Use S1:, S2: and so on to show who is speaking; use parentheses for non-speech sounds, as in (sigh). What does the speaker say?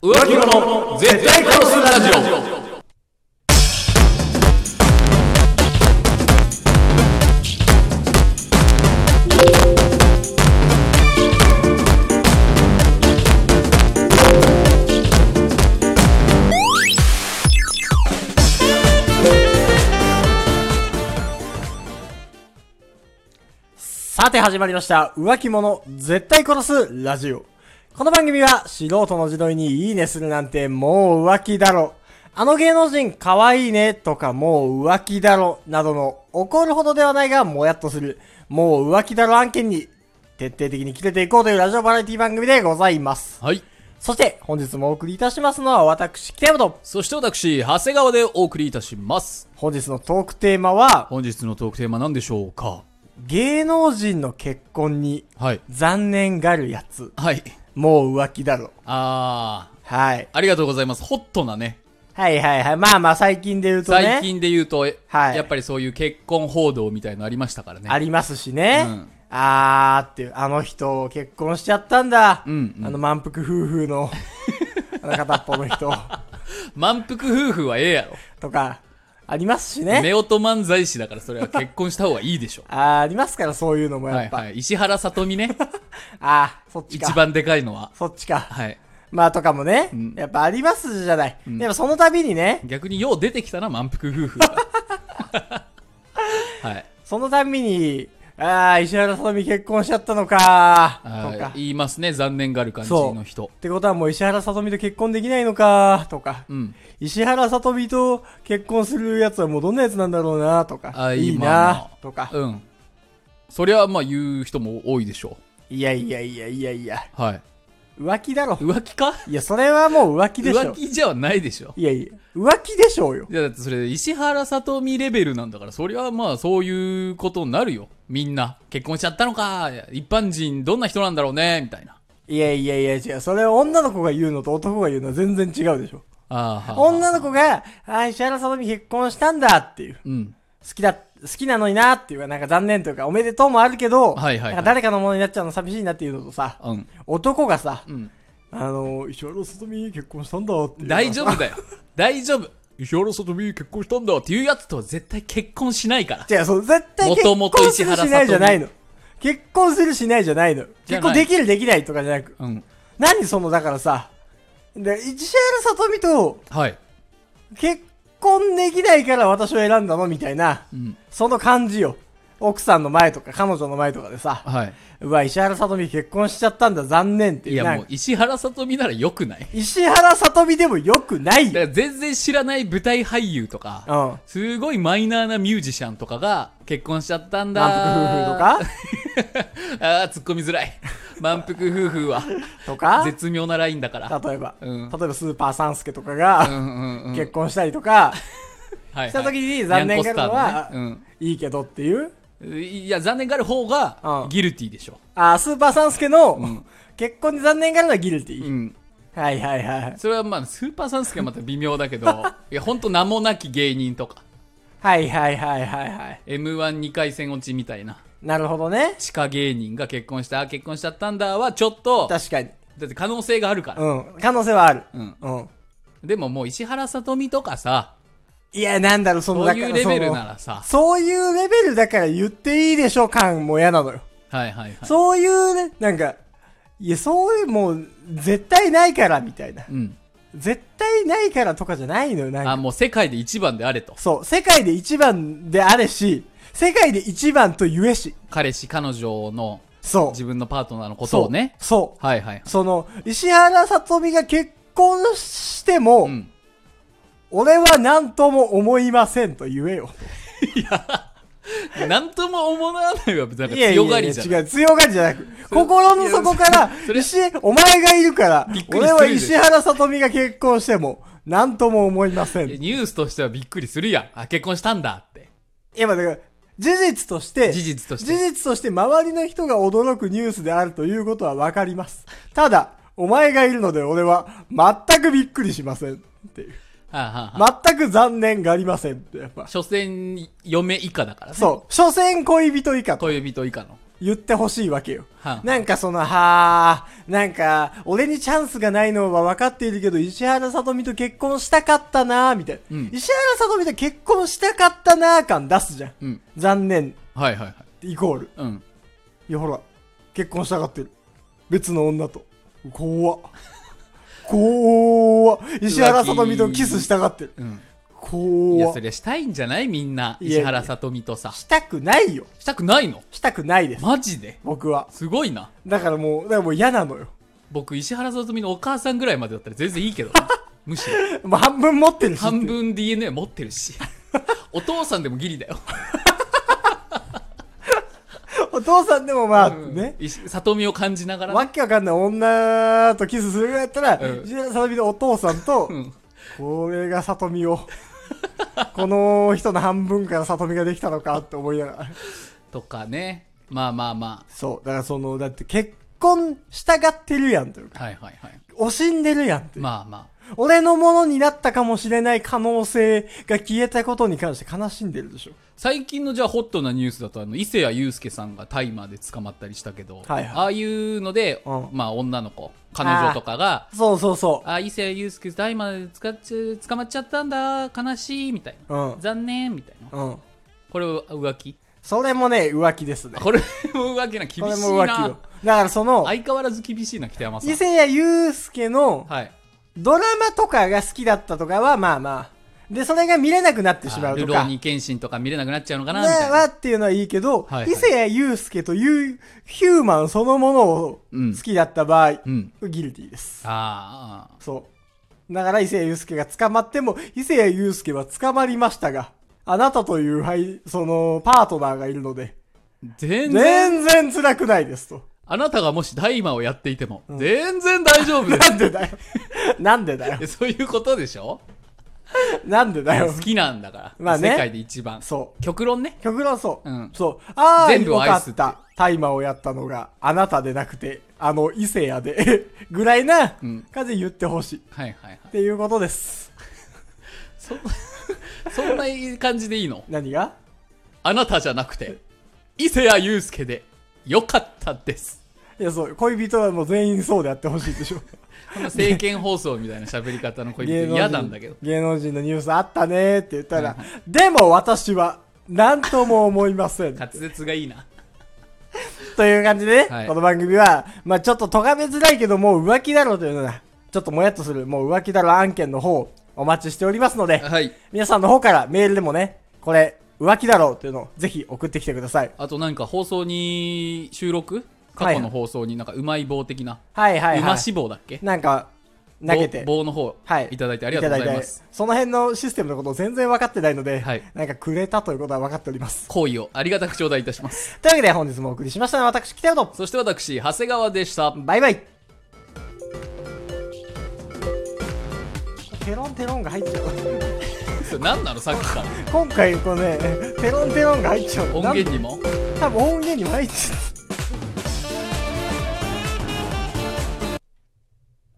S1: 浮気者の絶対殺すラジオ
S2: さて始まりました浮気者絶対殺すラジオこの番組は素人の自撮りにいいねするなんてもう浮気だろあの芸能人かわいいねとかもう浮気だろなどの怒るほどではないがもやっとするもう浮気だろ案件に徹底的に切れていこうというラジオバラエティ番組でございます
S1: はい。
S2: そして本日もお送りいたしますのは私北山と
S1: そして私、長谷川でお送りいたします。
S2: 本日のトークテーマは
S1: 本日のトークテーマ何でしょうか
S2: 芸能人の結婚に
S1: はい。
S2: 残念がるやつ
S1: はい。
S2: もう浮気だろ
S1: あー、
S2: はい
S1: ありがとうございます。ホットなね。
S2: はいはいはい。まあまあ最近で言うとね。
S1: 最近で言うと、え
S2: はい
S1: やっぱりそういう結婚報道みたいのありましたからね。
S2: ありますしね。
S1: うん
S2: あーっていう、あの人結婚しちゃったんだ。
S1: うんうん
S2: あの満腹夫婦の、 (laughs) あの片っぽの人 (laughs)
S1: 満腹夫婦はええやろ。
S2: とか、ありますしね。。
S1: 夫婦漫才師だからそれは結婚した方がいいでしょ
S2: あーありますからそういうのもや
S1: は
S2: っ
S1: い
S2: ぱ。
S1: はい。石原さとみ (laughs) ね。
S2: あーそっちか。
S1: 一番でかいのは。
S2: そっちか。
S1: はい。
S2: まあとかもね、
S1: ん
S2: やっぱありますじゃない。でもその度にね、
S1: 逆によう出てきたな、満腹夫 (laughs) 婦が。はい。
S2: その度に、ああ、石原さとみ結婚しちゃったのか
S1: あー
S2: とか。
S1: 言いますね、残念がある感じの人。
S2: ってことはもう石原さとみと結婚できないのかとか。
S1: うん。
S2: 石原さとみと結婚するやつはもうどんなやつなんだろうなとか、
S1: あ
S2: いい
S1: まあま
S2: な
S1: あ
S2: とか、
S1: うん。そりゃ、まあ言う人も多いでしょ
S2: いやいやいやいやいや、
S1: う。はい。
S2: 浮気だろ。
S1: 浮気か
S2: いや、それはもう浮気でし
S1: 浮
S2: ょ。
S1: 気じゃないでしょ。
S2: いやいや、浮気でしょうよ。
S1: いや、だってそれ、石原さとみレベルなんだから、そりゃまあそういうことになるよ。みんな。結婚しちゃったのか。一般人どんな人なんだろうね。みたいな。
S2: いやいやいや違う。それを女の子が言うのと男が言うのは全然違うでしょ。
S1: あーはーはー
S2: 女の子が、あー石原さとみ結婚したんだっていう。
S1: うん。
S2: 好きだ、好きなのになっていうか、なんか残念というか、おめでとうもあるけど、
S1: はいはいはい
S2: なんか誰かのものになっちゃうの寂しいなっていうのとさ、
S1: うん。
S2: 男がさ、
S1: うん。
S2: あのー、石原さとみ結婚したんだっていう。
S1: 大丈夫だよ。 (laughs) 大丈夫。石原さとみ結婚したんだっていうやつとは絶対結婚しないから。
S2: 違う、そう、絶対結
S1: 元々
S2: 婚す
S1: 石
S2: る
S1: 原さと
S2: し
S1: み
S2: ないじゃないの。結婚するしないじゃないの。
S1: じゃない
S2: 結婚できるできないとかじゃなく。
S1: うん。
S2: 何その、だからさ、で石原さとみと
S1: はい。
S2: 結婚できないから私を選んだのみたいな、
S1: うん。
S2: その感じよ。奥さんの前とか彼女の前とかでさ、
S1: はい。
S2: うわ、石原さとみ結婚しちゃったんだ、残念って
S1: い
S2: いう。な
S1: や
S2: ん
S1: もう
S2: か
S1: 石原さとみなら良く
S2: (laughs)
S1: ない
S2: 石原さとみでもよくない
S1: だ
S2: よ。
S1: から全然知らない舞台俳優と
S2: う
S1: か、
S2: ん。
S1: すごいマイナーなミュージシャンとかが結婚しちゃったんだ。
S2: 満腹夫婦
S1: とかああ、突っ込みづら
S2: (laughs)
S1: い。満腹夫婦は
S2: とかと
S1: 絶妙なライン (laughs) だから。
S2: か例えば、
S1: うん
S2: 例えばスーパーサンスケとか
S1: う
S2: が
S1: んうんうん。
S2: 結婚したりとか、
S1: はいはい
S2: した時に残念があるのは
S1: ニャンコス
S2: いいけどっていう。
S1: ターのねうん。いや、残念がある方
S2: う
S1: が
S2: ん
S1: ギルティでしょ。
S2: あー、スーパーサンスケの、
S1: ん
S2: 結婚に残念があるのはギルティ、
S1: うん。
S2: はいはいはい。
S1: それはまあ、スーパーサンスケはまた微妙だけ
S2: (laughs)
S1: ど、いや、ほんと名もなき芸人とか、
S2: はいはいはいはいはい。
S1: M12 回戦落ちみたいな、
S2: なるほどね。
S1: 地下芸人が結婚した、あ結婚しちゃったんだは、ちょっと、
S2: 確かに。
S1: だって可能性があるから。
S2: うん。可能性はある。
S1: うん。
S2: うん。
S1: でももう石原さとみとかさ、
S2: いや、なんだろう、その、
S1: そういうレベルな
S2: だから
S1: さ、
S2: そのそういうレベルだから言っていいでしょ感も嫌なのよ。
S1: はいはいはい。
S2: そういうね、なんか、いや、そういう、もう、絶対ないから、みたいな。
S1: うん。
S2: 絶対ないからとかじゃないのよ、なんか
S1: あ、もう世界で一番であれと。
S2: そう、世界で一番であれし、世界で一番と言えし。
S1: 彼氏、彼女の
S2: そう。
S1: 自分のパートナーのことをね。
S2: そう。そう。
S1: はいはい。
S2: その、石原さとみが結婚しても、
S1: うん。
S2: 俺は何とも思いませんと言えよ。
S1: なんとも思わないわ、別になんか強がりじゃん。
S2: 違う、強がりじゃなく、心の底から
S1: そ、れ
S2: 石、お前がいるから
S1: びっ、くりするでし
S2: 俺
S1: ょ
S2: は石原さとみが結婚しても、何とも思いません。
S1: いや
S2: い
S1: ニュースとしてはびっくりするやん。あ、結婚したんだって。
S2: や、まあだから、事実として、
S1: 事実として
S2: 事実として周りの人が驚くニュースであるということはわかります。ただ、お前がいるので俺は全くびっくりしません。っていう。
S1: はあ、はあはあ、
S2: 全く残念がありませんって、やっぱ。
S1: 所詮、嫁以下だからね。
S2: そう。所詮恋人以下と。
S1: 恋人以下の。
S2: 言ってほしいわけよ。
S1: はん
S2: なんかその、はあ、なんか、俺にチャンスがないのは分かっているけど、石原さとみと結婚したかったなみたいな。
S1: うん
S2: 石原さとみと結婚したかったな感出すじゃん。
S1: うん
S2: 残念、
S1: はいはいはい
S2: イコール。
S1: うん
S2: いやほら、結婚したがってる。別の女と。怖っ。怖っ。石原さとみとキスしたがってる。
S1: うんい
S2: 怖
S1: や
S2: っ
S1: そ。れしたいんじゃないみんない
S2: やいや
S1: 石原さとみとさ
S2: したくないよ。
S1: したくないの
S2: したくないです。
S1: マジで
S2: 僕は。
S1: すごいな
S2: だからもう、だからもう嫌なのよ。
S1: 僕石原さとみのお母さんぐらいまでだったら全然いいけど
S2: (laughs)
S1: むしろ
S2: もう半分持ってるし。
S1: 半分 DNA 持ってる
S2: (laughs)
S1: しお父さんでもギリだよ、
S2: お父さんでもまあ、
S1: うん
S2: ね。
S1: 石さとみを感じながらね
S2: わけわかんない女とキスするぐらいだったら、
S1: うん
S2: 石原さとみのお父さんと、
S1: うん
S2: これがさとみを、この人の半分からさとみができたのかって思いながら。
S1: とかねまあまあま
S2: そう。だからその、だって結婚したがってるやんというか、
S1: あはいはいはい
S2: 惜しんでるやんっていう。
S1: まあま
S2: 俺のものになったかもしれない可能性が消えたことに関して悲しんでるでしょ。
S1: あ最近のじゃあホットなニュースだとあの伊勢谷友介さんがタイマーで捕まったりしたけど、
S2: はいはい
S1: ああいうので、
S2: うん
S1: まあ女の子彼女とかが
S2: そうそうそ
S1: あ伊勢祐介大麻で使っちゃ捕まっちゃったんだ悲しいみたいな、
S2: うん
S1: 残念みたいな
S2: う。うん。
S1: これ浮気
S2: それもね、浮気ですね。
S1: これも浮気な厳しい
S2: これ
S1: な
S2: も浮気よ。だからその、
S1: 相変わらず厳しいな北山さん
S2: 伊勢谷友介の
S1: はい
S2: ドラマとかが好きだったとかは、まあまあ。で、それが見れなくなってしま
S1: あ
S2: う
S1: ル
S2: と
S1: ロー
S2: か。
S1: ニケンシンとか見れなくなっちゃうのかなみたい
S2: は
S1: な
S2: っていうのはいいけど、
S1: はいはい
S2: 伊勢谷友介というヒューマンそのものを
S1: うん
S2: 好きだった場合、
S1: うん
S2: ギルティです。
S1: ああ
S2: そう。だから伊勢谷友介が捕まっても、伊勢谷友介は捕まりましたが、あなたという、はい、その、パートナーがいるので、
S1: 全然
S2: 全然辛くないですと。
S1: あなたがもし大麻をやっていても、全然大丈夫で
S2: なん
S1: (laughs)
S2: でだよ。なんでだよ。
S1: すそういうことでしょ
S2: なんでだよ
S1: 好。きなんだから、
S2: まあね
S1: 世界で一番
S2: そう。
S1: 極論ね
S2: 極論そう。
S1: うん
S2: そう。ああ、
S1: 全部
S2: よ
S1: を
S2: か
S1: 愛すって
S2: った。大麻をやったのがあなたでなくて、あの伊勢屋で、 (laughs) ぐらいな
S1: うん
S2: 感じで言ってほしい。っ
S1: はいはいはい
S2: ていうことです。
S1: そ (laughs) そんな感じでいいの
S2: 何が
S1: あなたじゃなくて、伊勢谷友介で、よかったです。
S2: いや、そう。恋人はもう全員そうであってほしいでしょ。
S1: この政見放送みたいな喋り方の恋人
S2: 芸能人
S1: 嫌なんだけど。
S2: 芸能人のニュースあったねって言ったら、でも私は、なんとも思いま
S1: (laughs)
S2: せん。
S1: 滑舌がいいな。
S2: という感じでね、
S1: はい
S2: この番組は、まあちょっと咎めづらいけど、もう浮気だろうというのは、ちょっともやっとする、もう浮気だろう案件の方、お待ちしておりますので、
S1: はい。
S2: 皆さんの方からメールでもね、これ、浮気だろうというのをぜひ送ってきてください。
S1: あとなんか放送に収録過去の放送になんかうまい棒的な。
S2: はいはいうは
S1: ま
S2: い。
S1: し棒だっけ
S2: なんか、投げて。
S1: 棒棒の方、
S2: はい。
S1: いただいてありがとうございます
S2: た。だいてその辺のシステムのことを全然分かってないので、
S1: はい
S2: なんかくれたということは分かっております。
S1: 好意をありがたく頂戴いたします。
S2: というわけで本日もお送りしましたのは私、北野と、
S1: そして私、長谷川でした。
S2: バイバイ。テロンテロンが入っちゃう。
S1: それ何なのさっきから。
S2: 今回こうね、テロンテロンが入っちゃう。
S1: 音源にも
S2: なん多分音源にも入っちゃう。